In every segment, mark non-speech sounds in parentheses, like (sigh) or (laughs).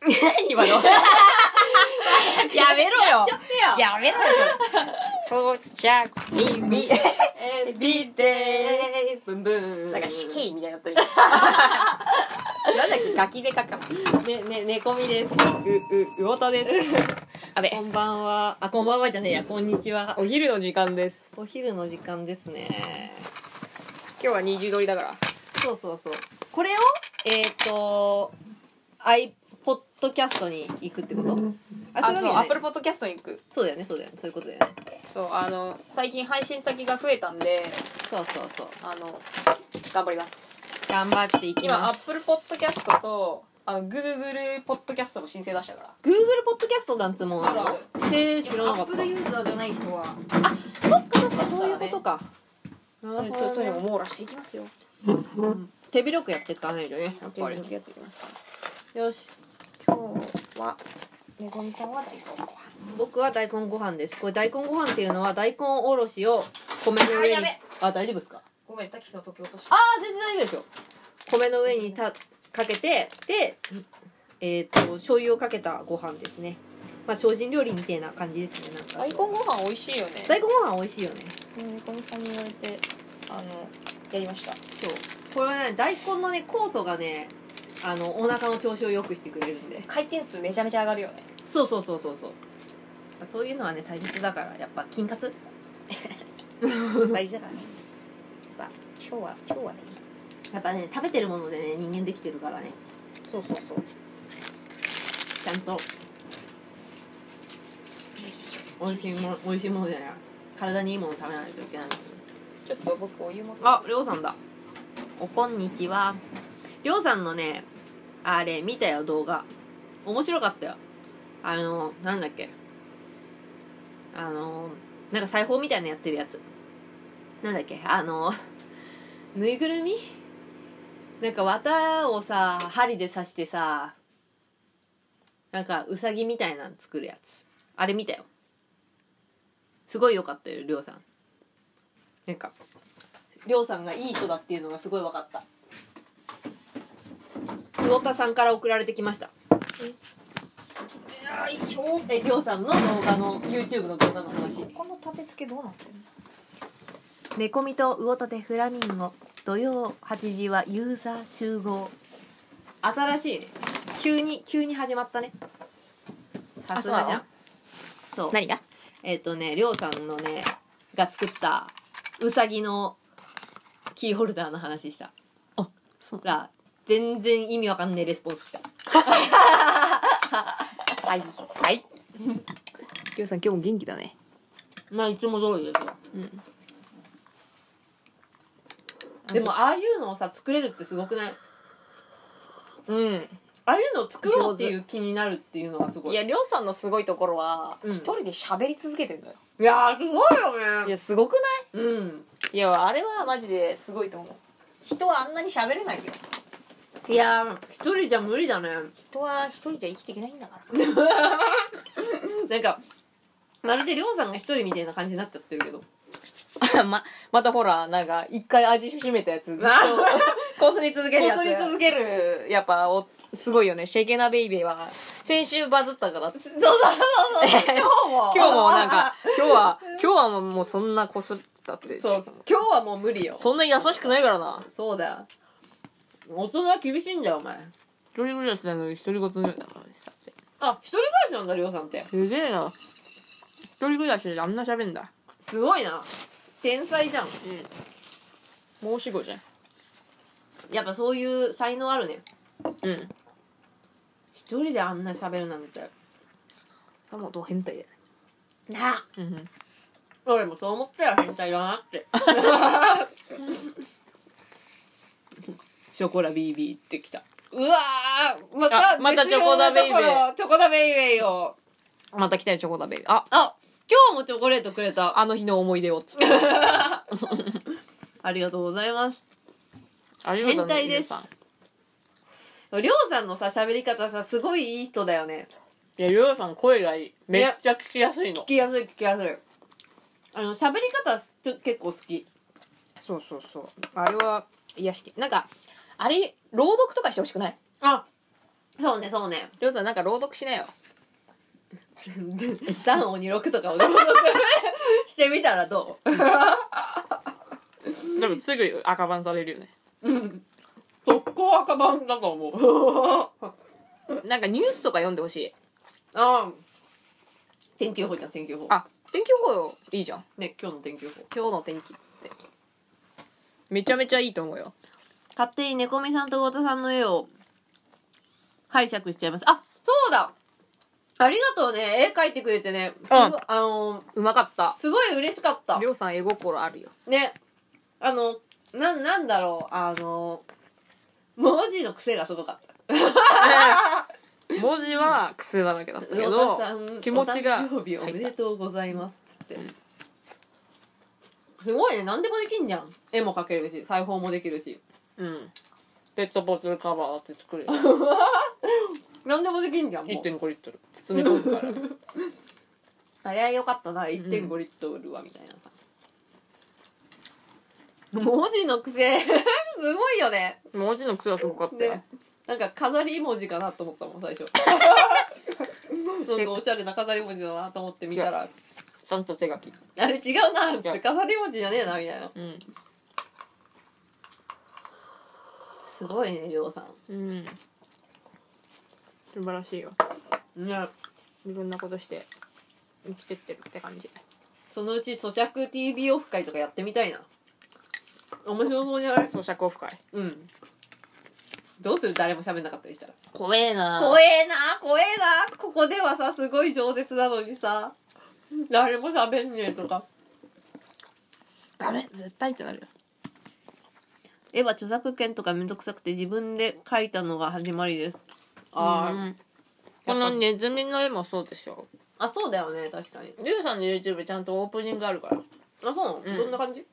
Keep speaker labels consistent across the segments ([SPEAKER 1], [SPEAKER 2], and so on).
[SPEAKER 1] (laughs) 今の。や (laughs) めろよ。
[SPEAKER 2] てよ
[SPEAKER 1] やめろよ。そうじゃ、みみ、 (laughs) エビで
[SPEAKER 2] ブンブン
[SPEAKER 1] なんか死刑みたいにな
[SPEAKER 2] (laughs)
[SPEAKER 1] ってる。なんだっけ、ガキでかか。
[SPEAKER 2] ねね猫みです
[SPEAKER 1] う、う、うおとです。あべ
[SPEAKER 2] こ。んばんはあこんばんはじゃねえやこんにちは
[SPEAKER 1] お昼の時間です。
[SPEAKER 2] お昼の時間ですね
[SPEAKER 1] 今日は二重撮りだから。
[SPEAKER 2] そうそうそうこれをえっ、ー、と iPodcast に行くってことあ
[SPEAKER 1] あ、
[SPEAKER 2] 違う
[SPEAKER 1] そう、
[SPEAKER 2] よ
[SPEAKER 1] ア
[SPEAKER 2] ね
[SPEAKER 1] ップルポッドキャストに行く。
[SPEAKER 2] そうだよねそうだよねそういうことだよね
[SPEAKER 1] そう、あの、最近配信先が増えたんで、
[SPEAKER 2] そうそうそう
[SPEAKER 1] あの、頑張ります。
[SPEAKER 2] 頑張っていき
[SPEAKER 1] 今、
[SPEAKER 2] ま
[SPEAKER 1] ア
[SPEAKER 2] す
[SPEAKER 1] ップルポッドキャストと、あの、グーグルポッドキャストも申請出したから。
[SPEAKER 2] Google ポッドキャストなんつうもんあるの
[SPEAKER 1] ある
[SPEAKER 2] へえ
[SPEAKER 1] ア
[SPEAKER 2] 知らなか
[SPEAKER 1] ッ
[SPEAKER 2] った
[SPEAKER 1] プルユーザーじゃない人は、
[SPEAKER 2] そっかそっかそういうことか、
[SPEAKER 1] そういうそういうのを網羅していきますよ。
[SPEAKER 2] 手広くやっていかないとねやっぱり
[SPEAKER 1] やっていきますから。
[SPEAKER 2] よし
[SPEAKER 1] 今日は、ねこみさんは大根ご飯。
[SPEAKER 2] 僕は大根ご飯ですこれ大根ご飯っていうのは大根おろしを米の上
[SPEAKER 1] あや
[SPEAKER 2] に
[SPEAKER 1] べ
[SPEAKER 2] あ大丈夫ですか
[SPEAKER 1] ごめん、タキシの時落とし
[SPEAKER 2] ああ全然大丈夫ですよ米の上にたかけてでえっ、と醤油をかけたご飯ですねまあ精進料理みたいな感じですねなんか
[SPEAKER 1] 大根ご飯美味しいよね。
[SPEAKER 2] 大根ご飯美味しいよね
[SPEAKER 1] ねこみさんに言われて、あの、やりました。
[SPEAKER 2] そうこれはね大根のね酵素がねあのお腹の調子を良くしてくれるんで
[SPEAKER 1] 回転数めちゃめちゃ上がるよね。
[SPEAKER 2] そうそうそうそうそうそういうのはね大切だからやっぱ金活
[SPEAKER 1] 大事だからね。やっぱ、今日は、今日はね。
[SPEAKER 2] やっぱね食べてるものでね人間できてるからね
[SPEAKER 1] そうそうそう。
[SPEAKER 2] ちゃんと美味しいもの美味しいものじゃない体にいいもの食べないといけない
[SPEAKER 1] ちょっと僕お湯も。
[SPEAKER 2] ありょうさんだおこんにちはりょうさんのねあれ見たよ動画面白かったよあのなんだっけあのなんか裁縫みたいなやってるやつなんだっけあの (laughs) ぬいぐるみなんか綿をさ針で刺してさなんかうさぎみたいなの作るやつあれ見たよすごい良かったよりょうさんなんかりょうさんがいい人だっていうのがすごい分かった魚田さんから送られてきました
[SPEAKER 1] あ、いいよ。
[SPEAKER 2] えりょうさんの動画の YouTube の動画の話
[SPEAKER 1] この立て付けどうなってんの
[SPEAKER 2] 猫みと魚立てフラミンゴ土曜8時はユーザー集合新しいね急に急に始まったねさすがじゃん
[SPEAKER 1] あ
[SPEAKER 2] そう
[SPEAKER 1] 何が
[SPEAKER 2] えっ、とねりょうさんのねが作ったうさぎのキーホルダーの話した
[SPEAKER 1] そう
[SPEAKER 2] ほら全然意味わかんねえレスポンス来 (laughs) た
[SPEAKER 1] はい。はい。りょうさん、今日も元気だね。
[SPEAKER 2] まあいつも通りですよ
[SPEAKER 1] うん。
[SPEAKER 2] でもああいうのをさ作れるってすごくない
[SPEAKER 1] うん。
[SPEAKER 2] ああいうのを作ろうっていう気になるっていうのがすごい
[SPEAKER 1] いや、りょうさんのすごいところは、
[SPEAKER 2] うん
[SPEAKER 1] 一人で喋り続けてんのよ。
[SPEAKER 2] いやーすごいよ
[SPEAKER 1] いや、すごくない
[SPEAKER 2] うん
[SPEAKER 1] いや、あれはマジですごいと思う。人はあんなに喋れないよ。
[SPEAKER 2] いやー一人じゃ無理だね
[SPEAKER 1] 人は一人じゃ生きていけないんだから。
[SPEAKER 2] なんかまるでりょうさんが一人みたいな感じになっちゃってるけど
[SPEAKER 1] (laughs) ま、またほら、なんか、一回味しめたやつ、ずっと、
[SPEAKER 2] こすり続けるやつ
[SPEAKER 1] こすり続ける、やっぱ、お、すごいよね。シェケナベイベーは、先週バズったからっつっ
[SPEAKER 2] そう
[SPEAKER 1] て、
[SPEAKER 2] そうそうそう今日も
[SPEAKER 1] (laughs) 今日もなんか、今日は、 (laughs) 今日はもうそんなこすったって。
[SPEAKER 2] そう今日はもう無理よ
[SPEAKER 1] そんな優しくないからな。
[SPEAKER 2] そうだよ大人は厳しいんだよお前
[SPEAKER 1] 一人暮らしなのに一人ごとだからでしたって。
[SPEAKER 2] あ一人暮らしなんだりょうさんって
[SPEAKER 1] すげえな。一人暮らしであんな喋んだ。
[SPEAKER 2] すごいな天才じゃん
[SPEAKER 1] うん。申し子じゃん。
[SPEAKER 2] やっぱそういう才能あるね
[SPEAKER 1] うん。
[SPEAKER 2] 一人であんな喋るなんて
[SPEAKER 1] さもど変態だよね。
[SPEAKER 2] なあ
[SPEAKER 1] うん。
[SPEAKER 2] 俺もそう思ったよ変態だなってショコラビービーってきたうわーま
[SPEAKER 1] あまたチョコダベイベー
[SPEAKER 2] 絶妙なところチョコダベイベーよ
[SPEAKER 1] また来たよ、チョコだベイビー。あ、
[SPEAKER 2] あ今日もチョコレートくれたあ
[SPEAKER 1] あの日の思い出をつって。
[SPEAKER 2] ありがとうございます
[SPEAKER 1] ありがとう
[SPEAKER 2] 変
[SPEAKER 1] ね
[SPEAKER 2] 態です
[SPEAKER 1] 皆さん
[SPEAKER 2] りょうさんのさ喋り方さすごいいい人だよね
[SPEAKER 1] いや、りょうさん声がいい。めっちゃ聞きやすいの
[SPEAKER 2] 聞。きやすい聞きやすいあの喋り方ちょ結構好き
[SPEAKER 1] そうそうそう。あれは、癒しき。なんか、あれ、朗読とかしてほしくない
[SPEAKER 2] あそうねそう (laughs) ね
[SPEAKER 1] りょうさんなんか朗読しなよ
[SPEAKER 2] 「ダン鬼六」とかを朗読 (laughs) してみたらど
[SPEAKER 1] 多分すぐ赤番されるよね
[SPEAKER 2] ううん速攻赤版だと思う
[SPEAKER 1] なんかニュースとか読んでほしい
[SPEAKER 2] (laughs) あん天気予報じゃん天気予報
[SPEAKER 1] あ天気予報いいじゃん
[SPEAKER 2] ね今日の天気予報
[SPEAKER 1] 今日の天気っつってめちゃめちゃいいと思うよ
[SPEAKER 2] 勝手に猫みさんとゴ田さんの絵を拝借しちゃいますあそうだありがとうね絵描いてくれてねすごい、
[SPEAKER 1] うん
[SPEAKER 2] あのー
[SPEAKER 1] うまかった
[SPEAKER 2] すごい嬉しかった
[SPEAKER 1] りょうさん絵心あ (laughs) るよ
[SPEAKER 2] ねあのなんなんだろうあの文字の癖がすごかった
[SPEAKER 1] 文字は苦痛だらけだったけ
[SPEAKER 2] 魚
[SPEAKER 1] ど
[SPEAKER 2] 田さん
[SPEAKER 1] 気持ちが
[SPEAKER 2] お誕生日おめでとうございますっつってすごいね何でもできんじゃん絵も描けるし裁縫もできるし
[SPEAKER 1] うんペットボトルカバーって (laughs) 作るよ
[SPEAKER 2] 何でもできんじゃんもう
[SPEAKER 1] 1.5リットル包み込むから (laughs)
[SPEAKER 2] あれはよかったな1.5リットルはみたいなさ、文字の癖 (laughs) すごいよね
[SPEAKER 1] 文字の癖はすごかったよ、
[SPEAKER 2] ねなんか飾り文字かなと思ったもん (laughs) 最初なんかおしゃれな飾り文字だなと思って見たら
[SPEAKER 1] ちゃんと手書き
[SPEAKER 2] あれ違うなって飾り文字じゃねえなみたいな
[SPEAKER 1] うん、
[SPEAKER 2] すごいねりょうさ
[SPEAKER 1] うん、素晴らしいよ
[SPEAKER 2] んね
[SPEAKER 1] いろんなことして生きてってるって感じ
[SPEAKER 2] そのうち咀嚼 TV オフ会とかやってみたいな面白そうじゃない
[SPEAKER 1] 咀嚼オフ会
[SPEAKER 2] うんどうする誰も喋んなかったりしたら
[SPEAKER 1] 怖えな
[SPEAKER 2] 怖えな怖えなここではさすごい饒舌なのにさ誰も喋んねえとか
[SPEAKER 1] ダメ絶対ってなるよ
[SPEAKER 2] 絵は著作権とかめんどくさくて自分で描いたのが始まりです
[SPEAKER 1] う
[SPEAKER 2] あ
[SPEAKER 1] んこのネズミの絵もそうでしょ
[SPEAKER 2] ああそうだよね確かに
[SPEAKER 1] リュウさんの YouTube ちゃんとオープニングあるから
[SPEAKER 2] あそうなの、
[SPEAKER 1] うん
[SPEAKER 2] どんな感じ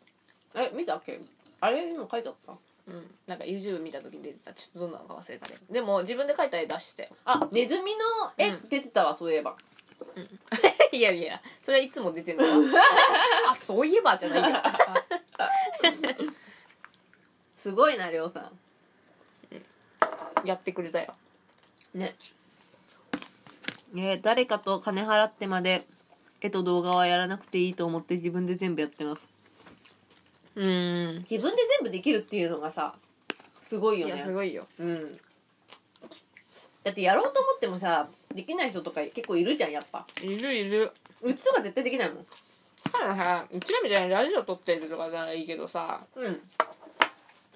[SPEAKER 2] え見たっけあれ今書いてあった
[SPEAKER 1] うんなんか YouTube 見た時に出てたちょっとどんなのか忘れたけどでも自分で描いた絵出して
[SPEAKER 2] あネズミの絵
[SPEAKER 1] うん
[SPEAKER 2] 出てたわ、そういえば
[SPEAKER 1] (laughs) いやいやそれはいつも出てる (laughs) あそういえばじゃないよ
[SPEAKER 2] すごいなりょうさ
[SPEAKER 1] やってくれたよ
[SPEAKER 2] んねね誰かと金払ってまで絵と動画はやらなくていいと思って自分で全部やってます
[SPEAKER 1] うん
[SPEAKER 2] 自分で全部できるっていうのがさすごい
[SPEAKER 1] い
[SPEAKER 2] よ
[SPEAKER 1] や
[SPEAKER 2] ね
[SPEAKER 1] すごいよ
[SPEAKER 2] うんだってやろうと思ってもさできない人とか結構いるじゃんやっぱ
[SPEAKER 1] いるいる
[SPEAKER 2] うちとか絶対できないもん
[SPEAKER 1] たださうちらみたいにラジオ撮ってるとかならいいけどさ
[SPEAKER 2] うん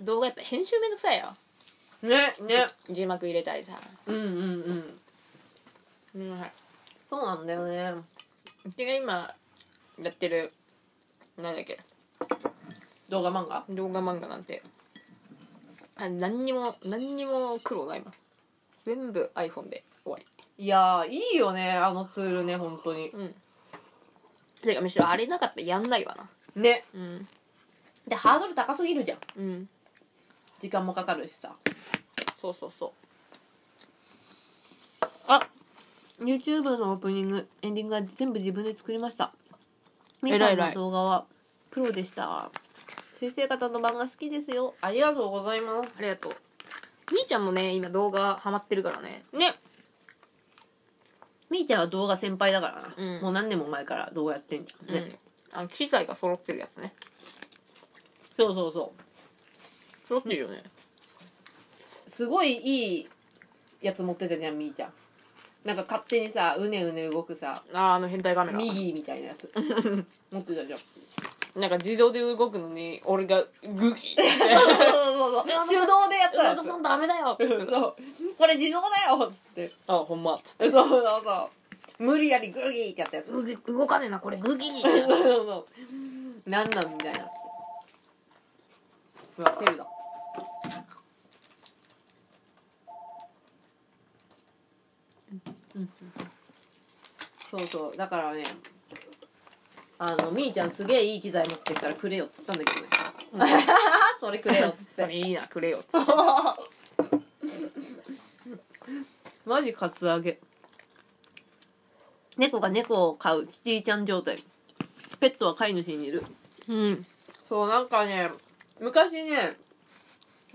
[SPEAKER 1] 動画やっぱ編集めんどくさいよ
[SPEAKER 2] ねね
[SPEAKER 1] 字幕入れたりさ
[SPEAKER 2] うんうんうん
[SPEAKER 1] うんは
[SPEAKER 2] そうなんだよね
[SPEAKER 1] いうちが今やってるなんだっけ
[SPEAKER 2] 動画漫画
[SPEAKER 1] 動画漫画なんてあ何にも何にも苦労ないもん全部 iPhone で終わり
[SPEAKER 2] いやーいいよねあのツールね本当に
[SPEAKER 1] うんてかむしろあれなかったらやんないわな
[SPEAKER 2] ね
[SPEAKER 1] うん
[SPEAKER 2] でハードル高すぎるじゃん
[SPEAKER 1] うん
[SPEAKER 2] 時間もかかるしさ
[SPEAKER 1] そうそうそう
[SPEAKER 2] あ YouTube のオープニングエンディングは全部自分で作りました
[SPEAKER 1] 偉
[SPEAKER 2] 皆
[SPEAKER 1] い偉
[SPEAKER 2] さ
[SPEAKER 1] い
[SPEAKER 2] んの動画はプロでした先生方の漫画好きですよありがとうございま
[SPEAKER 1] ありがとうみーちゃんもね今動画ハマってるからね
[SPEAKER 2] ねみーちゃんは動画先輩だからな、
[SPEAKER 1] うん
[SPEAKER 2] もう何年も前から動画やってんじゃんね、
[SPEAKER 1] ね、あの機材が揃ってるやつね
[SPEAKER 2] そうそうそ
[SPEAKER 1] 揃ってるよね、
[SPEAKER 2] うすごいいいやつ持ってたじゃんみーちゃんなんか勝手にさうねうね動くさ
[SPEAKER 1] あーあの変態カメラ
[SPEAKER 2] 右みたいなや (laughs) つ持ってたじゃん
[SPEAKER 1] なんか自動で動くのに俺がグ (laughs) ギ
[SPEAKER 2] そうそうそう
[SPEAKER 1] 山田さん
[SPEAKER 2] 手動でやったやつ
[SPEAKER 1] さんダメだよ」っつってた
[SPEAKER 2] そうこれ自動だよっつって
[SPEAKER 1] 「あほんま」っつって
[SPEAKER 2] そうそうそう無理やりグギーってやったやつそう
[SPEAKER 1] 「動かねえなこれグギ」みたいな
[SPEAKER 2] そうそうなんなんみたいなうわテルだそうそうだからねあのみーちゃんすげえいい機材持ってるからくれよっつったんだけどね (laughs) それくれよっつって
[SPEAKER 1] それいいなくれよっつって
[SPEAKER 2] (laughs) マジカツアゲ猫が猫を飼うキティちゃん状態ペットは飼い主にいる
[SPEAKER 1] うん
[SPEAKER 2] そうなんかね昔ね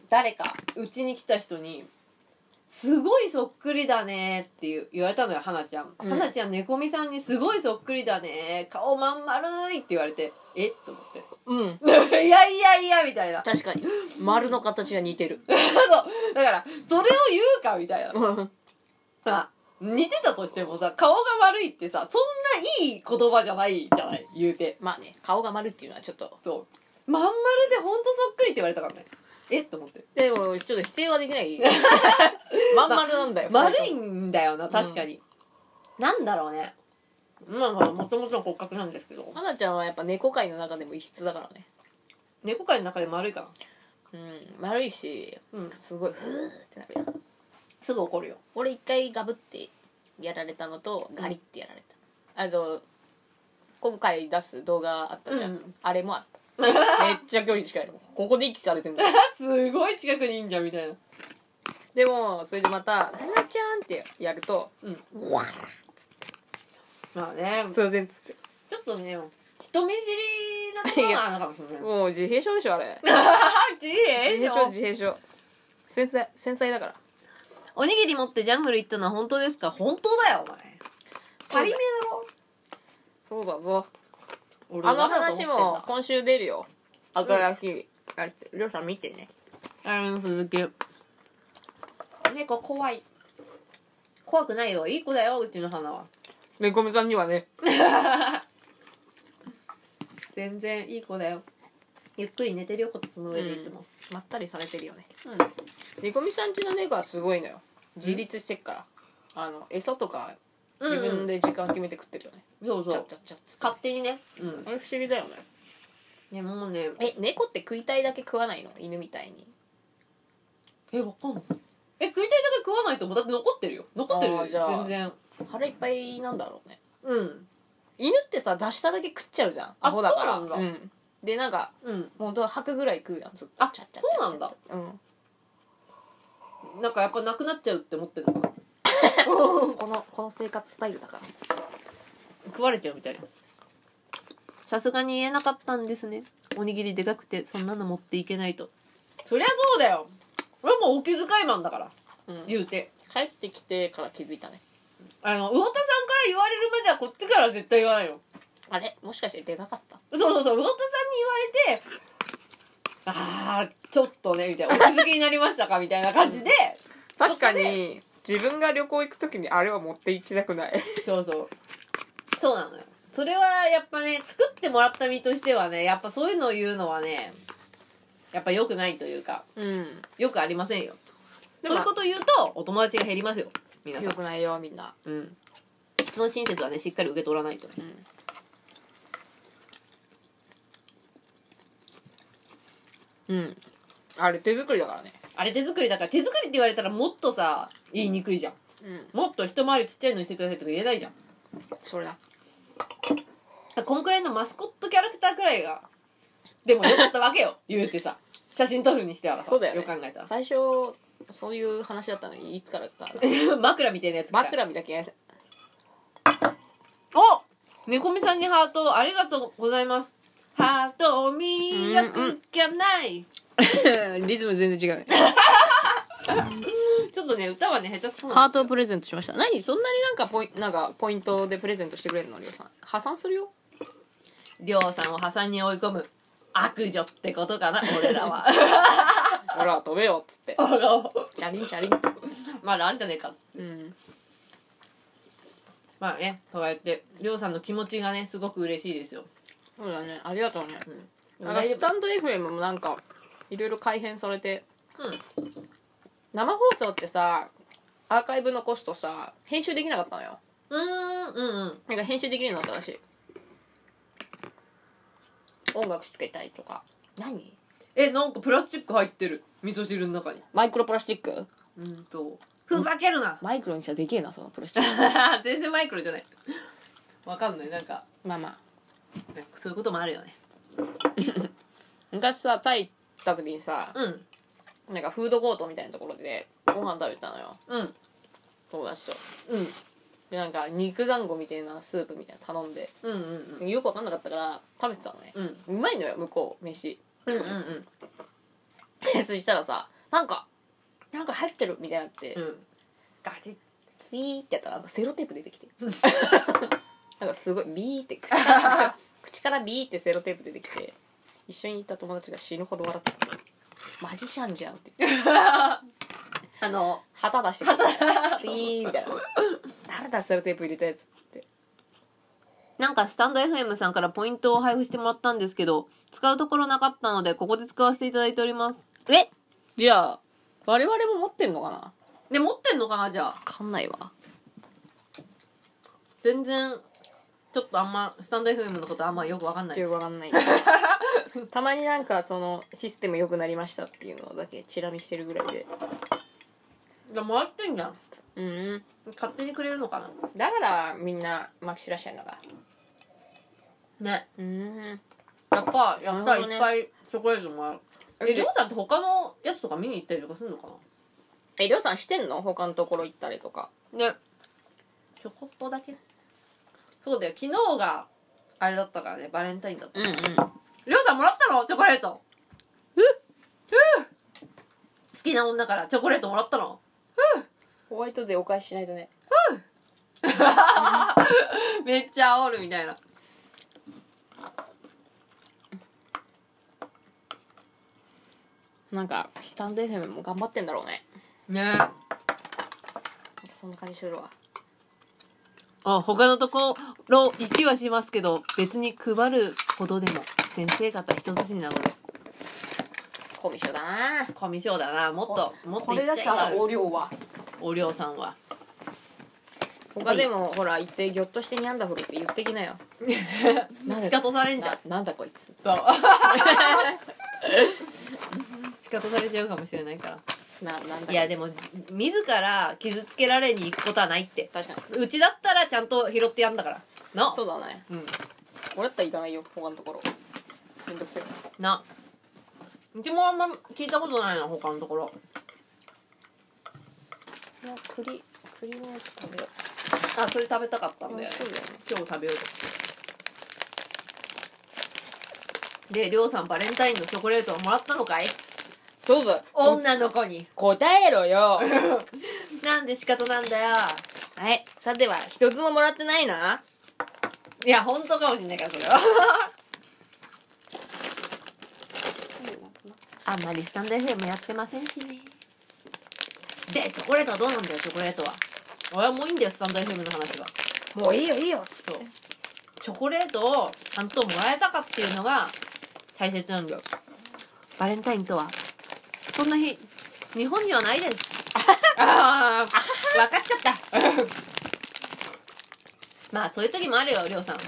[SPEAKER 2] 誰かうちに来た人にすごいそっくりだねっていう言われたのよ、花ちゃん。
[SPEAKER 1] うん
[SPEAKER 2] 花ちゃん、猫みさんにすごいそっくりだね。顔まん丸いって言われて、えっと思って。 (laughs)
[SPEAKER 1] うん
[SPEAKER 2] いやいやいや、みたいな。 (laughs)
[SPEAKER 1] 確かに丸の形が似て (laughs) る
[SPEAKER 2] そう。だから、それを言うか、みたいな。
[SPEAKER 1] うん
[SPEAKER 2] まあ、似てたとしてもさ、顔が悪いってさ、そんないい言葉じゃないじゃない、言うて。
[SPEAKER 1] まあね顔が丸っていうのはちょっと
[SPEAKER 2] そう。まん丸でほんとそっくりって言われたからね。えっと思って。
[SPEAKER 1] でもちょっと否定はできない (laughs) まん丸なんだよ
[SPEAKER 2] 悪
[SPEAKER 1] 二
[SPEAKER 2] い
[SPEAKER 1] 人
[SPEAKER 2] んだよな、確かに。なんだろうね。まあまあ、もともとの骨格なんですけど
[SPEAKER 1] とも。花ちゃんはやっぱ猫界の中でも異質だからね
[SPEAKER 2] 猫界の中で丸いか
[SPEAKER 1] うん丸いし
[SPEAKER 2] な。うん。
[SPEAKER 1] すごいふーってなるやん
[SPEAKER 2] すぐ怒るよ。
[SPEAKER 1] 俺一回ガブってやられたのとガリってやられた、あと今回出す動画あったじゃん、
[SPEAKER 2] うん
[SPEAKER 1] あれもあ (laughs) っためっちゃ距離近いのここで息されてんだよ
[SPEAKER 2] すごい近くにいんじゃん、みたいな。
[SPEAKER 1] (laughs) でもそれでまた「はなちゃん」ってやると
[SPEAKER 2] うん。
[SPEAKER 1] 「わ
[SPEAKER 2] まあね
[SPEAKER 1] あ、すいません」っつって
[SPEAKER 2] ちょっとね、人見知りなところがあるのかもしれない。
[SPEAKER 1] もう自閉症でしょあれ
[SPEAKER 2] (laughs) あ、ちえ
[SPEAKER 1] 自閉症自閉症繊細繊細だから
[SPEAKER 2] おにぎり持ってジャングル行ったのは本当ですか本当だよ、お前。仮名だろ
[SPEAKER 1] そうだぞ
[SPEAKER 2] 俺
[SPEAKER 1] あ
[SPEAKER 2] は
[SPEAKER 1] の
[SPEAKER 2] 何だと
[SPEAKER 1] 話
[SPEAKER 2] 思
[SPEAKER 1] も
[SPEAKER 2] ってんだ
[SPEAKER 1] 今週出るよ新しいやつりょうさん見てね
[SPEAKER 2] あれの鈴木。猫怖い。怖くないよ。いい子だよ、うちの花は。
[SPEAKER 1] 猫みさんにはね
[SPEAKER 2] 全然いい子だよ。ゆっくり寝てるよ、こっちの上でいつも。
[SPEAKER 1] まったりされてるよね
[SPEAKER 2] うん。
[SPEAKER 1] 猫みさんちの猫はすごいのよ自立してっからあの餌とか自分で時間決めて食ってるよね、
[SPEAKER 2] そう
[SPEAKER 1] ち
[SPEAKER 2] そ
[SPEAKER 1] ゃっ
[SPEAKER 2] う。
[SPEAKER 1] ちゃっちゃっつって
[SPEAKER 2] 勝手にね。うん。
[SPEAKER 1] あれ不思議だよね
[SPEAKER 2] ね、もうね。
[SPEAKER 1] え猫って食いたいだけ食わないの犬みたいに
[SPEAKER 2] え、わかんない。え、食いたいだけ食わないともうだって残ってるよ。残ってる
[SPEAKER 1] あ
[SPEAKER 2] よ、
[SPEAKER 1] ーじゃあ
[SPEAKER 2] 全然。
[SPEAKER 1] 腹いっぱいなんだろうね
[SPEAKER 2] うん。
[SPEAKER 1] 犬ってさ出しただけ食っちゃうじゃん
[SPEAKER 2] あ
[SPEAKER 1] アホだから
[SPEAKER 2] そうなんだ
[SPEAKER 1] でなんか
[SPEAKER 2] うん。
[SPEAKER 1] 本当吐くぐらい食うやんずっと
[SPEAKER 2] あ
[SPEAKER 1] ちゃっちゃっ
[SPEAKER 2] そうなんだ。
[SPEAKER 1] ちゃっちゃっ
[SPEAKER 2] なんかやっぱなくなっちゃうって思ってるのかな。
[SPEAKER 1] うんこのこの生活スタイルだから
[SPEAKER 2] 食われちゃうみたいなさすがに言えなかったんですねおにぎりでかくてそんなの持っていけないとそりゃそうだよ俺もお気遣いマンだから
[SPEAKER 1] うん
[SPEAKER 2] 言うて
[SPEAKER 1] 帰ってきてから気づいたね
[SPEAKER 2] あの魚田さんから言われるまではこっちからは絶対言わないよ
[SPEAKER 1] あれもしかしてでかかった
[SPEAKER 2] そうそうそう魚田さんに言われてあーちょっとねみたいなお気づきになりましたかみたいな感じで
[SPEAKER 1] 確かに自分が旅行行く時にあれは持って行きたくない
[SPEAKER 2] そうそうそうなのよそれはやっぱね作ってもらった身としてはねやっぱそういうのを言うのはねやっぱ良くないというか
[SPEAKER 1] うん
[SPEAKER 2] よくありませんよそ
[SPEAKER 1] で
[SPEAKER 2] う
[SPEAKER 1] も
[SPEAKER 2] いうこと言うとお友達が減りますよ皆さ
[SPEAKER 1] よ
[SPEAKER 2] ん
[SPEAKER 1] くないよみんな
[SPEAKER 2] うんその親切はねしっかり受け取らないと
[SPEAKER 1] うんうんあれ手作りだからね
[SPEAKER 2] あれ手作りだから手作りって言われたらもっとさ言いにくいじゃん
[SPEAKER 1] うん
[SPEAKER 2] もっと一回りちっちゃいのにしてくださいとか言えないじゃんだ
[SPEAKER 1] それだ
[SPEAKER 2] からこんくらいのマスコットキャラクターくらいがでもよかったわけよ言うてさ写真撮るにしてはさ
[SPEAKER 1] そうだよね
[SPEAKER 2] く考えた
[SPEAKER 1] 最初そういう話だったのにいつからかな
[SPEAKER 2] ら (laughs) 枕みたいなやつから
[SPEAKER 1] 枕見たけ
[SPEAKER 2] お猫みさんにハートをありがとうございますハートを磨くきゃない、
[SPEAKER 1] (laughs) リズム全然違うね (laughs)
[SPEAKER 2] ちょっとね歌はね下手くそなの
[SPEAKER 1] ハートをプレゼントしました何そんなになんかポイなんかポイントでプレゼントしてくれるのりょうさん破産するよ
[SPEAKER 2] りょうさんを破産に追い込む悪女ってことかな俺らは
[SPEAKER 1] ほら飛べよっつって
[SPEAKER 2] あの
[SPEAKER 1] チャリンチャリンっつって
[SPEAKER 2] (laughs) まあなんじゃねえかっつって
[SPEAKER 1] うん
[SPEAKER 2] まあねとか言ってりょうさんの気持ちがねすごく嬉しいですよ
[SPEAKER 1] そうだねありがとうねなんか
[SPEAKER 2] 大丈
[SPEAKER 1] ス
[SPEAKER 2] 夫
[SPEAKER 1] タンド FM もなんかいろいろ改変されて
[SPEAKER 2] うん
[SPEAKER 1] 生放送ってさアーカイブ残すとさ編集できなかったのよ
[SPEAKER 2] うーんうんうん
[SPEAKER 1] なんか編集できるようになったらしい音楽つけたりとか何
[SPEAKER 2] えなんかプラスチック入ってる味噌汁の中に
[SPEAKER 1] マイクロプラスチック
[SPEAKER 2] うんとふざけるな
[SPEAKER 1] マイクロにしたらできるなそのプラスチック
[SPEAKER 2] (laughs) 全然マイクロじゃないわかんないなんか
[SPEAKER 1] まあまあ
[SPEAKER 2] なんかそういうこともあるよね
[SPEAKER 1] 昔さタイ行った時にさ
[SPEAKER 2] うん
[SPEAKER 1] なんかフードコートみたいなところでご飯食べたのよ
[SPEAKER 2] うん
[SPEAKER 1] 友達と
[SPEAKER 2] うん
[SPEAKER 1] でなんか肉団子みたいなスープみたいなの頼んで
[SPEAKER 2] うんうん
[SPEAKER 1] よく分かんなかったから食べてたのね
[SPEAKER 2] うんうん
[SPEAKER 1] うまいのよ向こう飯
[SPEAKER 2] うんうんうん
[SPEAKER 1] (laughs) でそしたらさなんかなんか入ってるみたいになって、
[SPEAKER 2] うんガチッ
[SPEAKER 1] スイーってやったらなんかセロテープ出て (laughs) きてなんかすごいビーって口から口からビーってセロテープ出てきて一緒にいた友達が死ぬほど笑ってたマジシャンじゃんって言って
[SPEAKER 2] あの
[SPEAKER 1] 旗出してくれてピーみたいな誰だセロテープ入れたやつっつって
[SPEAKER 2] なんかスタンド FM さんからポイントを配布してもらったんですけど使うところなかったのでここで使わせていただいております
[SPEAKER 1] えいや我々も持ってんのかなわ
[SPEAKER 2] で持ってんのかなじゃあ
[SPEAKER 1] かんないわ
[SPEAKER 2] 全然ちょっとあんまスタンド FM のことあんまよくわかんないで
[SPEAKER 1] よ
[SPEAKER 2] す
[SPEAKER 1] くわかんない (laughs) たまになんかそのシステム良くなりましたっていうのだけチラ見してるぐらいで
[SPEAKER 2] じゃあもらってんじゃん
[SPEAKER 1] うん
[SPEAKER 2] 勝手にくれるのか
[SPEAKER 1] だからみんなマキシらっしゃるのか
[SPEAKER 2] なね
[SPEAKER 1] うん
[SPEAKER 2] やっぱやっ
[SPEAKER 1] な
[SPEAKER 2] ぱり
[SPEAKER 1] るほどね
[SPEAKER 2] いっぱいチョコレートもらうえりょうさんって他のやつとか見に行ったりとかするのか
[SPEAKER 1] えりょうさんしてんの他のところ行ったりとか
[SPEAKER 2] なねちょこっとだけそうだよ昨日があれだったからねバレンタインだった
[SPEAKER 1] うんうん
[SPEAKER 2] りょうさんもらったのチョコレートふふ好きな女からチョコレートもらったの
[SPEAKER 1] ホワイトでお返ししないとね
[SPEAKER 2] めっちゃ煽るみたいな
[SPEAKER 1] なんかスタンド FM も頑張ってんだろうね
[SPEAKER 2] ね
[SPEAKER 1] なんかそんな感じするわ
[SPEAKER 2] あ他のところ行きはしますけど別に配るほどでも先生方一筋なので
[SPEAKER 1] コミショだな
[SPEAKER 2] コミショだなもっともっと
[SPEAKER 1] これ
[SPEAKER 2] 行っ
[SPEAKER 1] だ
[SPEAKER 2] ち
[SPEAKER 1] か
[SPEAKER 2] ゃ
[SPEAKER 1] ら
[SPEAKER 2] えよ
[SPEAKER 1] お量は
[SPEAKER 2] おりょうさんは
[SPEAKER 1] 他でもほら言ってぎょっとしてにゃんだふるって言ってきなよなん
[SPEAKER 2] 仕
[SPEAKER 1] だ
[SPEAKER 2] 方されんじゃん
[SPEAKER 1] ななんだこい (laughs) つ
[SPEAKER 2] そう (laughs) 仕方されちゃうかもしれないか
[SPEAKER 1] ななんだ
[SPEAKER 2] らいやでも自ら傷つけられに行くことはないって
[SPEAKER 1] 確かに
[SPEAKER 2] うちだったらちゃんと拾ってやんだからな
[SPEAKER 1] そうだね
[SPEAKER 2] うん
[SPEAKER 1] 俺だったら行かないよ他のところめんどくせえ
[SPEAKER 2] なうちもあんま聞いたことないな他のところ
[SPEAKER 1] いや栗栗のやつ食べよ
[SPEAKER 2] あそれ食べたかった
[SPEAKER 1] う美味しいよね
[SPEAKER 2] 今日食べようとでりょうさんバレンタインのチョコレートをもらったのかい
[SPEAKER 1] そうだ
[SPEAKER 2] 女の子に
[SPEAKER 1] 答えろよ
[SPEAKER 2] なんで仕方なんだよ
[SPEAKER 1] はいさては一つももらってないない
[SPEAKER 2] や本当かもしんないからそれは (laughs) あんまりスタンド FM やってませんしねでチョコレートはどうなんだよチョコレートは俺はもういいんだよスタンド FM の話は
[SPEAKER 1] もういいよいいよちょっ
[SPEAKER 2] そうチョコレートをちゃんともらえたかっていうのが大切なんだよバレンタインとはそんな日日本にはないです (laughs) ああ分かっちゃった (laughs) まあそういう時もあるよりょうさん
[SPEAKER 1] と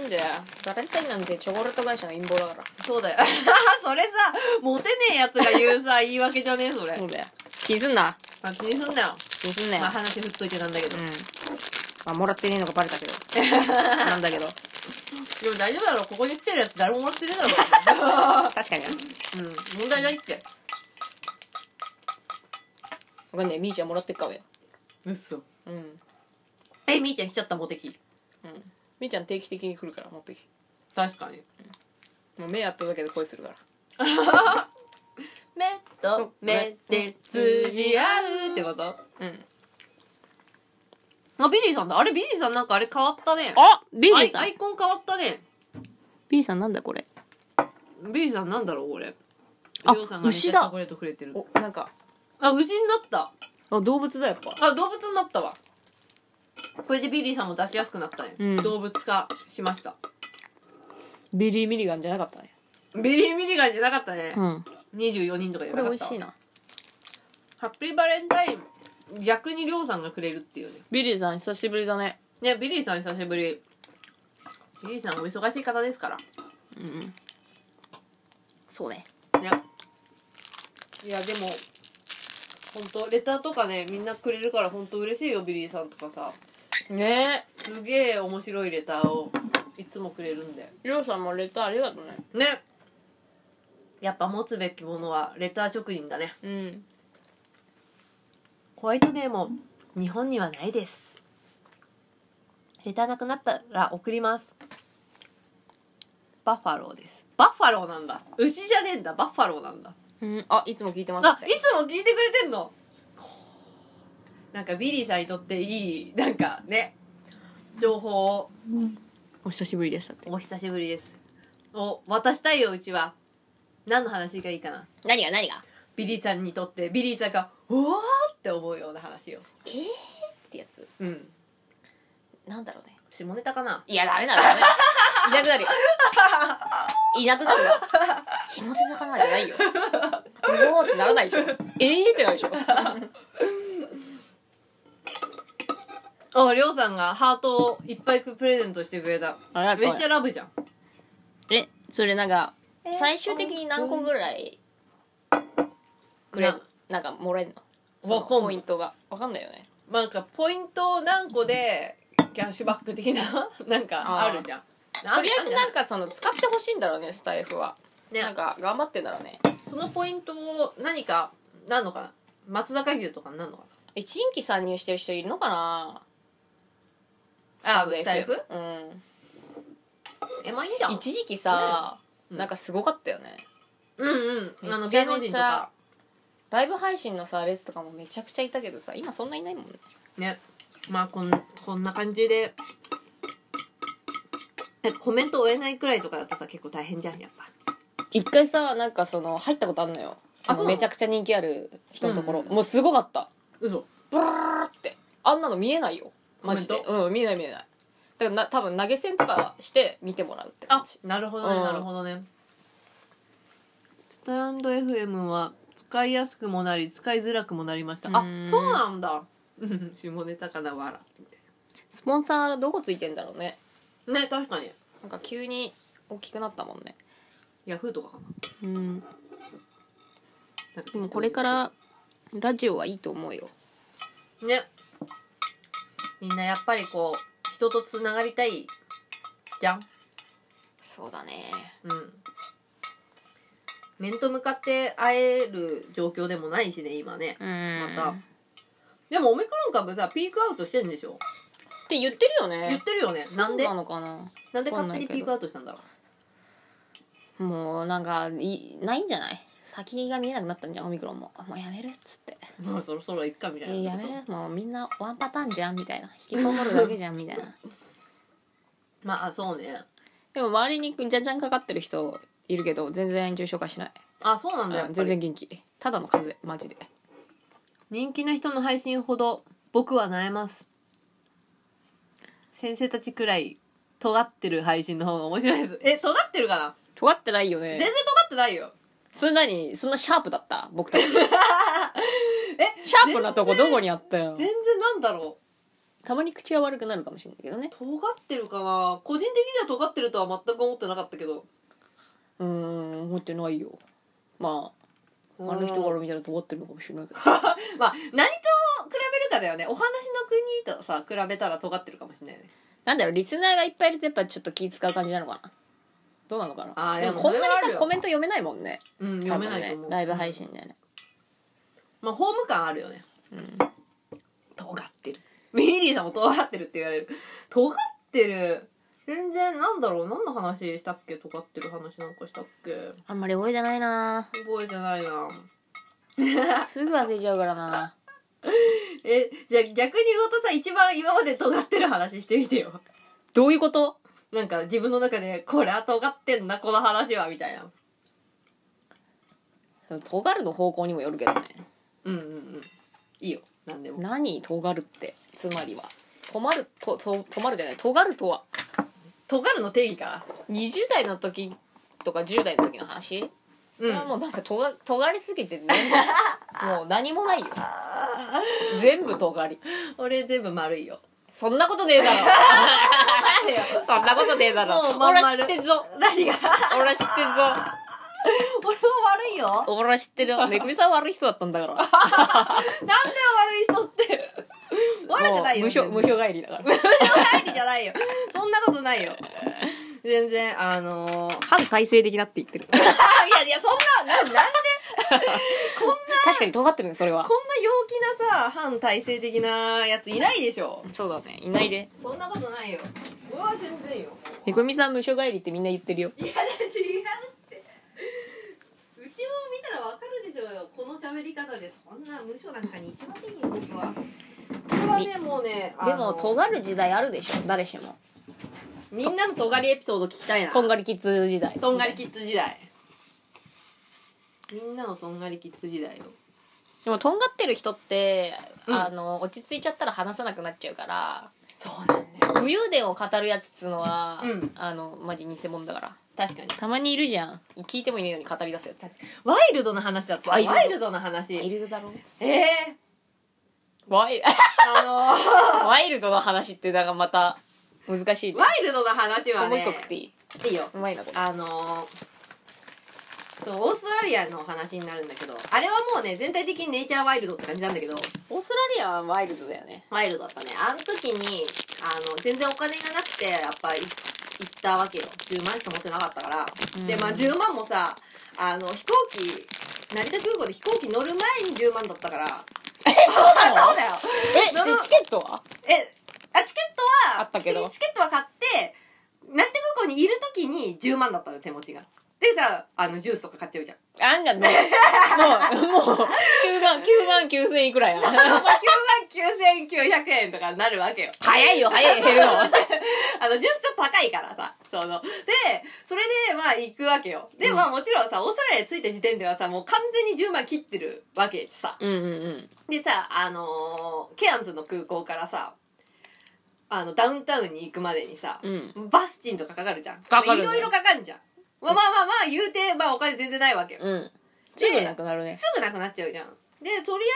[SPEAKER 1] なんでバレンタインなんてチョコレート会社の陰謀だから
[SPEAKER 2] そうだよ (laughs) それさモテねえやつが言うさ言い訳じゃねえそれ
[SPEAKER 1] うだよ気にすんな
[SPEAKER 2] まあ気にすんなよ、
[SPEAKER 1] 気にすんなよ
[SPEAKER 2] まあ、話振っといてなんだけど、
[SPEAKER 1] うんまあもらってねえのがバレたけど (laughs) なんだけど
[SPEAKER 2] でも大丈夫だろここに来てるやつ誰ももらってねえだろ (laughs)
[SPEAKER 1] 確かに
[SPEAKER 2] うん問題ないって
[SPEAKER 1] わかんないみーちゃんもらってっかもよ
[SPEAKER 2] うそ
[SPEAKER 1] うん
[SPEAKER 2] えみーちゃん来ちゃったモテキ
[SPEAKER 1] うんみーちゃん定期的に来るから持ってきて
[SPEAKER 2] 確かに
[SPEAKER 1] もう目やっただけで恋するから
[SPEAKER 2] 目と目で釣り合うってこと
[SPEAKER 1] うん
[SPEAKER 2] あ、ビリーさんだ。あれ、ビリーさんなんかあれ変わったね。
[SPEAKER 1] あビ
[SPEAKER 2] アイアイコン変わったね。
[SPEAKER 1] ビリーさんなんだこれ
[SPEAKER 2] ビリーさんなんだろう、これ。
[SPEAKER 1] あ
[SPEAKER 2] りょうさんがめっちゃ
[SPEAKER 1] 牛だ
[SPEAKER 2] チョコレートくれてる。
[SPEAKER 1] おなんか
[SPEAKER 2] あ、牛になった。
[SPEAKER 1] あ動物だやっぱ
[SPEAKER 2] あ、動物になったわ。これでビリーさんも出しやすくなったね。
[SPEAKER 1] うん
[SPEAKER 2] 動物化しました。
[SPEAKER 1] ビリー・ミリガンじゃなかったね
[SPEAKER 2] ビリー・ミリガンじゃなかったね。
[SPEAKER 1] ん
[SPEAKER 2] 24人とかじゃ
[SPEAKER 1] こ
[SPEAKER 2] なかっ
[SPEAKER 1] れ美味
[SPEAKER 2] たわ
[SPEAKER 1] しいな
[SPEAKER 2] ハッピーバレンタイン、逆にりょうさんがくれるっていうね。
[SPEAKER 1] ビリーさん久しぶりだね
[SPEAKER 2] ね、ビリーさん久しぶり。ビリーさんお忙しい方ですから。
[SPEAKER 1] うんそうね
[SPEAKER 2] ねいやでも本当レターとかねみんなくれるから本当嬉しいよビリーさんとかさ
[SPEAKER 1] ね
[SPEAKER 2] すげえ面白いレターをいつもくれるんで
[SPEAKER 1] えりょうさんもレターありがとうね
[SPEAKER 2] ねやっぱ持つべきものはレター職人だね
[SPEAKER 1] うん
[SPEAKER 2] ホワイトデーも日本にはないですレターなくなったら送りますバッファローですバッファローなんだ牛じゃねえんだバッファローなんだ
[SPEAKER 1] ふうんあいつも聞いてます
[SPEAKER 2] あ
[SPEAKER 1] みたい
[SPEAKER 2] いつも聞いてくれてんのこうなんかビリーさんにとっていいなんかね情報を
[SPEAKER 1] お久しぶりですだって
[SPEAKER 2] お久しぶりですを渡したいようちは何の話がいいかな
[SPEAKER 1] 何が何が
[SPEAKER 2] ビリーさんにとってビリーさんが「うわ!」って思うような話を
[SPEAKER 1] えーってやつ
[SPEAKER 2] うん
[SPEAKER 1] なんだろうね
[SPEAKER 2] 下ネタかない
[SPEAKER 1] やダメだろダメだ (laughs) いなくなるよいなくなるよ下手なかなじゃないよおーってならないでしょ (laughs) えーってなるでしょ
[SPEAKER 2] ありょうさんがハートをいっぱいプレゼントしてくれた
[SPEAKER 1] あら
[SPEAKER 2] めっちゃラブじゃん
[SPEAKER 1] えそれなんか最終的に何個ぐらいくれ
[SPEAKER 2] な
[SPEAKER 1] なんかもらえるのそ
[SPEAKER 2] わ
[SPEAKER 1] の
[SPEAKER 2] かんない
[SPEAKER 1] ポイントがわかんないよね
[SPEAKER 2] なんかポイントを何個でキャッシュバック的な (laughs) なんかあるじゃん
[SPEAKER 1] とりあえずなん
[SPEAKER 2] か
[SPEAKER 1] かその使ってほしいんだろうねスタイフは
[SPEAKER 2] ね
[SPEAKER 1] なんか頑張ってんだろうね
[SPEAKER 2] そのポイントを何かなんのかな松坂牛とかなんのか
[SPEAKER 1] え新規参入してる人いるのかな
[SPEAKER 2] なあ
[SPEAKER 1] ス
[SPEAKER 2] スタイフ
[SPEAKER 1] うん
[SPEAKER 2] えまあいいじゃ
[SPEAKER 1] 一時期さ、
[SPEAKER 2] うん
[SPEAKER 1] なんかすごかったよね
[SPEAKER 2] うんうんあの
[SPEAKER 1] めち
[SPEAKER 2] 芸
[SPEAKER 1] ゃめちゃ
[SPEAKER 2] 能人とか
[SPEAKER 1] ライブ配信のさあれとかもめちゃくちゃいたけどさ今そんないないもんね
[SPEAKER 2] ねまあこんこんな感じでなんかコメント追えないくらいとかだとさ結構大変じゃんやっぱ
[SPEAKER 1] 一回さなんかその入ったことあんのよその
[SPEAKER 2] そうなの
[SPEAKER 1] めちゃくちゃ人気ある人のところ、
[SPEAKER 2] うん
[SPEAKER 1] もうすごかった
[SPEAKER 2] 嘘
[SPEAKER 1] ブラーってあんなの見えないよマジで
[SPEAKER 2] コ
[SPEAKER 1] うん見えない見えないだからな多分投げ銭とかして見てもらうって感
[SPEAKER 2] あ
[SPEAKER 1] じ
[SPEAKER 2] なるほどね、
[SPEAKER 1] うん
[SPEAKER 2] なるほどねスタンド FM は使いやすくもなり使いづらくもなりましたあ
[SPEAKER 1] うーん
[SPEAKER 2] そうなんだ下ネタかなわら
[SPEAKER 1] スポンサーどこついてんだろうね
[SPEAKER 2] ね確かに
[SPEAKER 1] なんか急に大きくなったもんね
[SPEAKER 2] ヤフーとかかな
[SPEAKER 1] うん
[SPEAKER 2] なんか
[SPEAKER 1] でもこれからラジオはいいと思うよ
[SPEAKER 2] ねみんなやっぱりこう人とつながりたいじゃん
[SPEAKER 1] そうだね
[SPEAKER 2] うん面と向かって会える状況でもないしね今ね
[SPEAKER 1] うん
[SPEAKER 2] またでもオミクロン株さピークアウトしてんでしょ
[SPEAKER 1] って言ってるよ
[SPEAKER 2] 言っ
[SPEAKER 1] ね
[SPEAKER 2] てるよねなんで
[SPEAKER 1] そうなのかな
[SPEAKER 2] なんで勝手にピークアウトしたんだろう
[SPEAKER 1] もうなんかいないんじゃない先が見えなくなったんじゃんオミクロンもあもうやめるっつって
[SPEAKER 2] まあそろそろいっかみたい
[SPEAKER 1] え
[SPEAKER 2] な、
[SPEAKER 1] ーやめるもうみんなワンパターンじゃんみたいな引きこもるだけじゃんみたいな
[SPEAKER 2] まあそうね
[SPEAKER 1] でも周りにじゃんじゃんかかってる人いるけど全然重症化しない、
[SPEAKER 2] あそうなんだやっ
[SPEAKER 1] うん
[SPEAKER 2] ぱ
[SPEAKER 1] 全
[SPEAKER 2] り
[SPEAKER 1] 然元気ただの風邪マジで
[SPEAKER 2] 人気な人の配信ほど僕は萎えます先生たちくらい尖ってる配信の方が面白いですえ尖ってるかな
[SPEAKER 1] 尖ってないよね
[SPEAKER 2] 全然尖ってないよ
[SPEAKER 1] それなにそんなシャープだった僕 (laughs) たちえシャープなとこどこにあったよ
[SPEAKER 2] 全然なんだろ
[SPEAKER 1] たまに口は悪くなるかもしれないけどね
[SPEAKER 2] う尖ってるかな個人的には尖ってるとは全く思ってなかったけど
[SPEAKER 1] うーん思ってないよまああの人から見たら尖ってるのかもしれないけど
[SPEAKER 2] まあ何と比べるかだよねお話の国とさ比べたら尖ってるかもしれないよね
[SPEAKER 1] なんだろうリスナーがいっぱいいるとやっぱちょっと気使う感じなのかなどうなのかな
[SPEAKER 2] あー
[SPEAKER 1] でも
[SPEAKER 2] でも
[SPEAKER 1] こんな
[SPEAKER 2] それはあ
[SPEAKER 1] に
[SPEAKER 2] る
[SPEAKER 1] さ
[SPEAKER 2] よ
[SPEAKER 1] コメント読めないもんね
[SPEAKER 2] うん読めないと
[SPEAKER 1] 多
[SPEAKER 2] 思
[SPEAKER 1] 分
[SPEAKER 2] う、
[SPEAKER 1] ねライブ配信でね
[SPEAKER 2] まあ、ホーム感あるよね。うん。尖ってる。ミリーさんも尖ってるって言われる。尖ってる。全然、なんだろう、何の話したっけ尖ってる話なんかしたっけ
[SPEAKER 1] あんまり覚えてないな
[SPEAKER 2] 覚えてないな。
[SPEAKER 1] すぐ忘れちゃうからな
[SPEAKER 2] え、じゃあ逆に後藤さん一番今まで尖ってる話してみてよ。
[SPEAKER 1] どういうこと
[SPEAKER 2] なんか自分の中で、これは尖ってんな、この話は、みたいな。
[SPEAKER 1] その尖るの方向にもよるけどね
[SPEAKER 2] うんうんうん。いいよ、何でも。
[SPEAKER 1] 何尖るってつまりは止まるとと止まるじゃない尖るとは
[SPEAKER 2] 尖るの定義から。
[SPEAKER 1] 20代の時とか10代の時の話、それはもうなんかとが尖りすぎて、ね、もう何もないよ全部尖り
[SPEAKER 2] 俺全部丸いよ。
[SPEAKER 1] そんなことねえだろ (laughs) そんなことねえだ
[SPEAKER 2] もう
[SPEAKER 1] ろ
[SPEAKER 2] まん
[SPEAKER 1] 俺
[SPEAKER 2] ま
[SPEAKER 1] は知
[SPEAKER 2] る
[SPEAKER 1] ってんぞ
[SPEAKER 2] 何が
[SPEAKER 1] 俺は知ってんぞ
[SPEAKER 2] 俺も悪いよ。
[SPEAKER 1] 俺は知ってるよめぐみさんは悪い人だったんだから
[SPEAKER 2] なんで悪い人 (laughs) って。悪くないよ。
[SPEAKER 1] もう無償無
[SPEAKER 2] 無償
[SPEAKER 1] 償帰りだから
[SPEAKER 2] 帰りじゃないよ。そんなことないよ。全然、あのー、
[SPEAKER 1] 反体制的なって言ってる
[SPEAKER 2] いやいや、そんな、ななんで、こんな、
[SPEAKER 1] 確かに尖ってるねそれは
[SPEAKER 2] こんな陽気なさ、反体制的なやついないでしょ。
[SPEAKER 1] そうだねいないで
[SPEAKER 2] そんなことないよ。俺は全然よ。
[SPEAKER 1] めぐみさん無償帰りってみんな言ってるよ
[SPEAKER 2] いや、だって違うって。うちも見たらわかるしょうよこの喋り方でそんな無所なんかに行けませんよ僕はこれはねもうねあ
[SPEAKER 1] で
[SPEAKER 2] の
[SPEAKER 1] も尖る時代あるでしょ誰しも
[SPEAKER 2] みんなのとんがりエピソード聞きたいな
[SPEAKER 1] とんがりキッズ時代
[SPEAKER 2] とんがりキッズ時代みんなのとんがりキッズ時代を
[SPEAKER 1] でもとんがってる人って、
[SPEAKER 2] うん
[SPEAKER 1] あの落ち着いちゃったら話さなくなっちゃうから
[SPEAKER 2] そうなんだよ
[SPEAKER 1] 武勇伝を語るやつっつうのは、
[SPEAKER 2] うん
[SPEAKER 1] あのマジ偽物だから
[SPEAKER 2] 確かに
[SPEAKER 1] たまにいるじゃん聞いてもいないのに語り出すやつ
[SPEAKER 2] ワイルドな話だった
[SPEAKER 1] ワ
[SPEAKER 2] ワ
[SPEAKER 1] イ
[SPEAKER 2] イ
[SPEAKER 1] ル
[SPEAKER 2] ル
[SPEAKER 1] ド
[SPEAKER 2] ドな話
[SPEAKER 1] ルドだろ
[SPEAKER 2] ええ
[SPEAKER 1] ワイル
[SPEAKER 2] あ
[SPEAKER 1] ワイルドの話ってなんかまた難しい
[SPEAKER 2] の
[SPEAKER 1] ね
[SPEAKER 2] ワイルドな話はね
[SPEAKER 1] (laughs) もう一個食っていい
[SPEAKER 2] いいよ
[SPEAKER 1] うまいなこれ
[SPEAKER 2] あのーそうオーストラリアの話になるんだけどあれはもうね全体的にネイチャーワイルドって感じなんだけど
[SPEAKER 1] オーストラリアはワイルドだよね
[SPEAKER 2] ワイルドだったねあの時にあの全然お金がなくてやっぱい行ったわけよ10万しか持ってなかったから、
[SPEAKER 1] うん
[SPEAKER 2] でまあ10万もさあの飛行機成田空港で飛行機乗る前に10万だった (laughs) から
[SPEAKER 1] えそうなの
[SPEAKER 2] そうだよ
[SPEAKER 1] えじ
[SPEAKER 2] な
[SPEAKER 1] ゃあ
[SPEAKER 2] の
[SPEAKER 1] チケットは
[SPEAKER 2] えあチケットは
[SPEAKER 1] あったけど
[SPEAKER 2] チケットは買って成田空港にいる時に10万だったの手持ちがでさあのジュースとか買っちゃうじゃん
[SPEAKER 1] あんがねもうもう9万9万9千いくらや
[SPEAKER 2] 9万9900円とかになるわけよ
[SPEAKER 1] 早いよ早い減る
[SPEAKER 2] (laughs)
[SPEAKER 1] の
[SPEAKER 2] あの、ジュースちょっと高いからさ。その。で、それで、まあ、行くわけよ。で、
[SPEAKER 1] うん
[SPEAKER 2] まあ、もちろんさ、オーストラリア着いた時点ではさ、もう完全に10万切ってるわけでさ。
[SPEAKER 1] うんうんうん
[SPEAKER 2] でさ、あのーケアンズの空港からさ、あの、ダウンタウンに行くまでにさ、
[SPEAKER 1] うん
[SPEAKER 2] バスチンとかかかるじゃん。
[SPEAKER 1] かかるね
[SPEAKER 2] いろいろかかるじゃん。まあまあまあまあ、言うて、まあ、お金全然ないわけよ。
[SPEAKER 1] うんすぐなくなるね
[SPEAKER 2] すぐなくなっちゃうじゃん。で、とりあ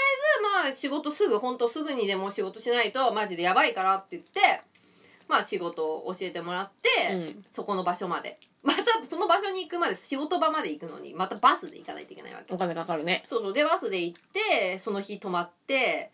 [SPEAKER 2] えず、まあ、仕事すぐ、ほんとすぐにでも仕事しないと、マジでやばいからって言って、まあ、仕事を教えてもらって、
[SPEAKER 1] うん
[SPEAKER 2] そこの場所まで。また、その場所に行くまで、仕事場まで行くのに、またバスで行かないといけないわけ
[SPEAKER 1] お。金かかるね
[SPEAKER 2] そうそう。で、バスで行って、その日泊まって、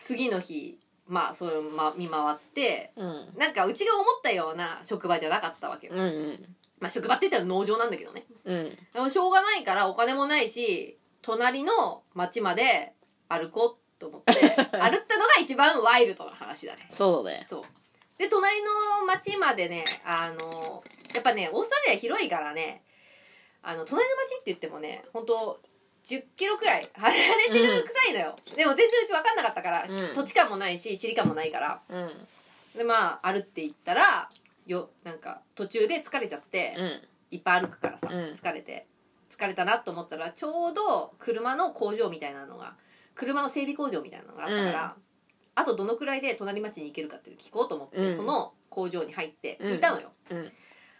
[SPEAKER 2] 次の日、まあ、それを、ま、見回って、
[SPEAKER 1] うん
[SPEAKER 2] なんか、うちが思ったような職場じゃなかったわけよ
[SPEAKER 1] う。んうん
[SPEAKER 2] まあ、職場って言ったら農場なんだけどね。
[SPEAKER 1] うん
[SPEAKER 2] でもしょうがないからお金もないし、隣の町まで歩こうと思
[SPEAKER 1] (laughs)
[SPEAKER 2] って、歩ったのが一番ワイルドな話だね。
[SPEAKER 1] そうだね
[SPEAKER 2] そう。で、隣の町までね、あの、やっぱね、オーストラリア広いからね、あの、隣の町って言ってもね、ほんと、10キロくらい離れてるくらいだよ。でも全然うち分かんなかったから、
[SPEAKER 1] うん
[SPEAKER 2] 土地感もないし、地理感もないから。
[SPEAKER 1] うん
[SPEAKER 2] で、まあ、歩って行ったら、よ、なんか、途中で疲れちゃって、
[SPEAKER 1] うん
[SPEAKER 2] いっぱい歩くからさ、
[SPEAKER 1] うん
[SPEAKER 2] 疲れて疲れたなと思ったらちょうど車の工場みたいなのが車の整備工場みたいなのがあったから、あとどのくらいで隣町に行けるかって聞こうと思って、
[SPEAKER 1] うん
[SPEAKER 2] その工場に入って聞いたのよ、
[SPEAKER 1] うん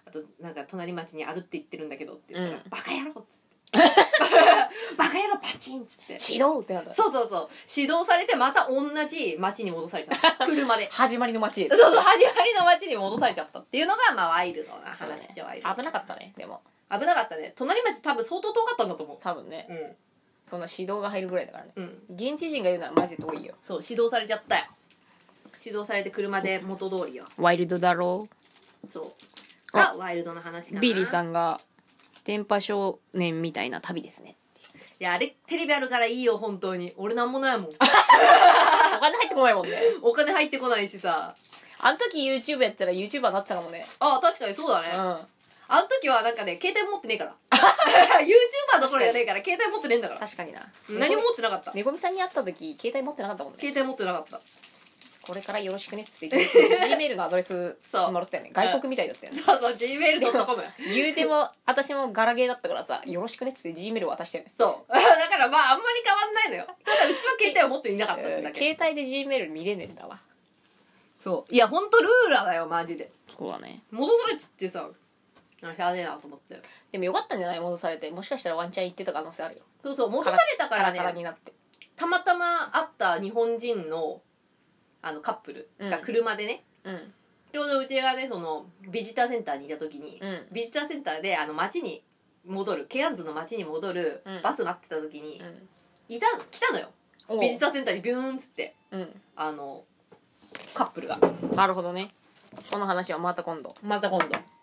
[SPEAKER 2] あとなんか隣町に歩って行ってるんだけどって言ったら
[SPEAKER 1] う
[SPEAKER 2] 「バカ野郎」っつって「バカ野郎パチン」っつって
[SPEAKER 1] 指導ってなった
[SPEAKER 2] そうそうそう指導されてまた同じ町に戻されちゃ
[SPEAKER 1] (laughs)
[SPEAKER 2] った車で
[SPEAKER 1] 始まりの街へ
[SPEAKER 2] そうそう始まりの町に戻されちゃったっていうのがまあワイルドな
[SPEAKER 1] そう
[SPEAKER 2] 話
[SPEAKER 1] ね
[SPEAKER 2] っちゃワイルド
[SPEAKER 1] 危なかったねでも
[SPEAKER 2] 危なかったね隣町多分相当遠かったんだと思
[SPEAKER 1] 多分ね
[SPEAKER 2] ううん
[SPEAKER 1] そんな指導が入るぐらいだからね
[SPEAKER 2] うん
[SPEAKER 1] 現地人が言うならマジ遠いよ
[SPEAKER 2] そう指導されちゃったよ指導されて車で元通りよ
[SPEAKER 1] ワイルドだろ
[SPEAKER 2] そう
[SPEAKER 1] あ
[SPEAKER 2] がワイルドな話かな
[SPEAKER 1] ビリーさ
[SPEAKER 2] んい
[SPEAKER 1] んが電波少年みたいな旅ですね
[SPEAKER 2] やあれテレビあるからいいよ本当に俺なんもない (laughs) もん
[SPEAKER 1] お金入ってこないもんね
[SPEAKER 2] お金入ってこないしさ
[SPEAKER 1] あの時 YouTube やったら YouTuber だったかもね
[SPEAKER 2] あ確かにそうだね、
[SPEAKER 1] う
[SPEAKER 2] あの時はなんかね携帯持ってねえから (laughs) YouTuber どころじゃねえから携帯持ってねえんだか
[SPEAKER 1] ん
[SPEAKER 2] ら
[SPEAKER 1] 確かにな
[SPEAKER 2] 何も持ってなかった
[SPEAKER 1] めごみさんに会った時携帯持ってなかったもんね
[SPEAKER 2] 携帯持ってなかった
[SPEAKER 1] これからよろしくねっつって Gmail のアドレス
[SPEAKER 2] そう
[SPEAKER 1] もらったよね外国みたいだったよね
[SPEAKER 2] そうそう Gmail.com
[SPEAKER 1] 言うても私もガラゲーだったからさよろしくねっつって Gmail 渡したよね
[SPEAKER 2] そう (laughs) だからまああんまり変わんないのよただうちは携帯を持っていなかったってだけ
[SPEAKER 1] 携帯で Gmail 見れねえんだわ
[SPEAKER 2] そういやほんとルーラーだよマジで
[SPEAKER 1] そうだね
[SPEAKER 2] 戻されちってさあしゃあねえなと思って
[SPEAKER 1] でもよかったんじゃない戻されてもしかしたらワンチャン行ってた可能性あるよ
[SPEAKER 2] そうそう戻されたか
[SPEAKER 1] カ
[SPEAKER 2] ら
[SPEAKER 1] ラ
[SPEAKER 2] ね
[SPEAKER 1] カラになって
[SPEAKER 2] たまたま会った日本人のあのカップルが車でね、
[SPEAKER 1] うん
[SPEAKER 2] ちょうどうちがねそのビジターセンターにいた時に、
[SPEAKER 1] うん
[SPEAKER 2] ビジターセンターであの街に戻るケアンズの街に戻る
[SPEAKER 1] うん
[SPEAKER 2] バス待ってた時に、
[SPEAKER 1] うん
[SPEAKER 2] いた来たのよ
[SPEAKER 1] おう
[SPEAKER 2] ビジターセンターにビューンっつって
[SPEAKER 1] う
[SPEAKER 2] あのカップルが
[SPEAKER 1] んなるほどねこの話はまた今度
[SPEAKER 2] また今度